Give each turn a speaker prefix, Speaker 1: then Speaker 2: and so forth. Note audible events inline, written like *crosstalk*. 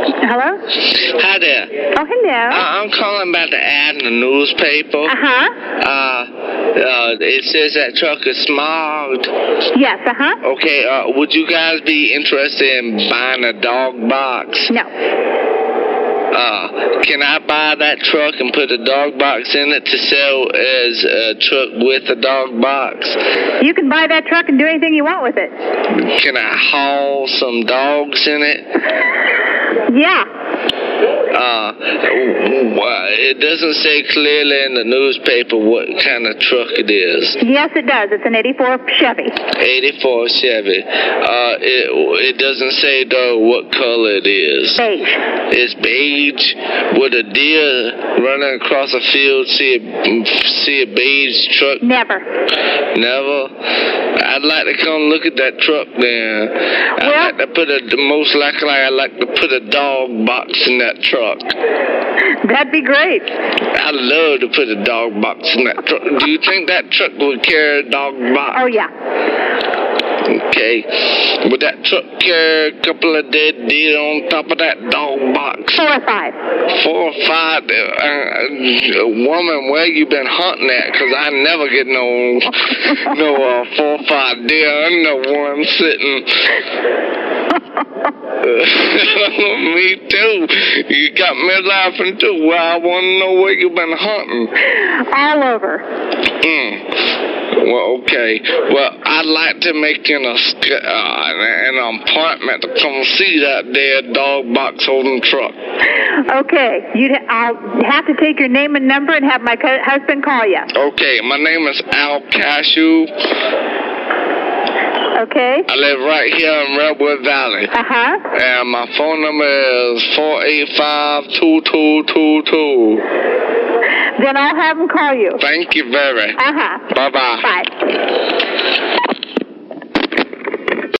Speaker 1: Hello?
Speaker 2: Hi there.
Speaker 1: Oh, hello.
Speaker 2: I- I'm calling about the ad in the newspaper.
Speaker 1: Uh huh.
Speaker 2: Uh, uh, it says that truck is smog.
Speaker 1: Yes, uh huh.
Speaker 2: Okay, uh, would you guys be interested in buying a dog box?
Speaker 1: No.
Speaker 2: Uh, can I buy that truck and put a dog box in it to sell as a truck with a dog box?
Speaker 1: You can buy that truck and do anything you want with it.
Speaker 2: Can I haul some dogs in it?
Speaker 1: Yeah.
Speaker 2: Uh, why- it doesn't say clearly in the newspaper what kind of truck it is.
Speaker 1: Yes, it does. It's an 84 Chevy.
Speaker 2: 84 Chevy. Uh, it, it doesn't say though what color it is.
Speaker 1: Beige.
Speaker 2: It's beige. Would a deer running across a field see a, see a beige truck?
Speaker 1: Never.
Speaker 2: Never. I'd like to come look at that truck there. I'd
Speaker 1: Well-
Speaker 2: like to put a, most likely I'd like to put a dog box in that truck.
Speaker 1: That'd be great.
Speaker 2: I love to put a dog box in that truck. Do you think that truck would carry a dog
Speaker 1: Oh,
Speaker 2: box?
Speaker 1: yeah.
Speaker 2: Okay. Would that truck carry a couple of dead deer on top of that dog box?
Speaker 1: Four or five. *laughs*
Speaker 2: Four or five. Uh, uh, woman, where you been hunting at? 'Cause I never get no, no uh, four or five deer. I'm the one sitting. uh, *laughs* me too. You got me laughing too. Well, I want to know where you been hunting.
Speaker 1: All over.
Speaker 2: Mm. Well, okay. Well, I'd like to make an, esca- uh, an an appointment to come see that dead dog box holding truck.
Speaker 1: Okay. You'd ha- I'll have to take your name and number and have my co- husband call you.
Speaker 2: Okay, my name is Al Cashew.
Speaker 1: Okay?
Speaker 2: I live right here in Redwood Valley.
Speaker 1: Uh huh.
Speaker 2: And my phone number is four eight five two two two two.
Speaker 1: Then I'll have him call you.
Speaker 2: Thank you very.
Speaker 1: Uh huh.
Speaker 2: Bye-bye.
Speaker 1: Bye.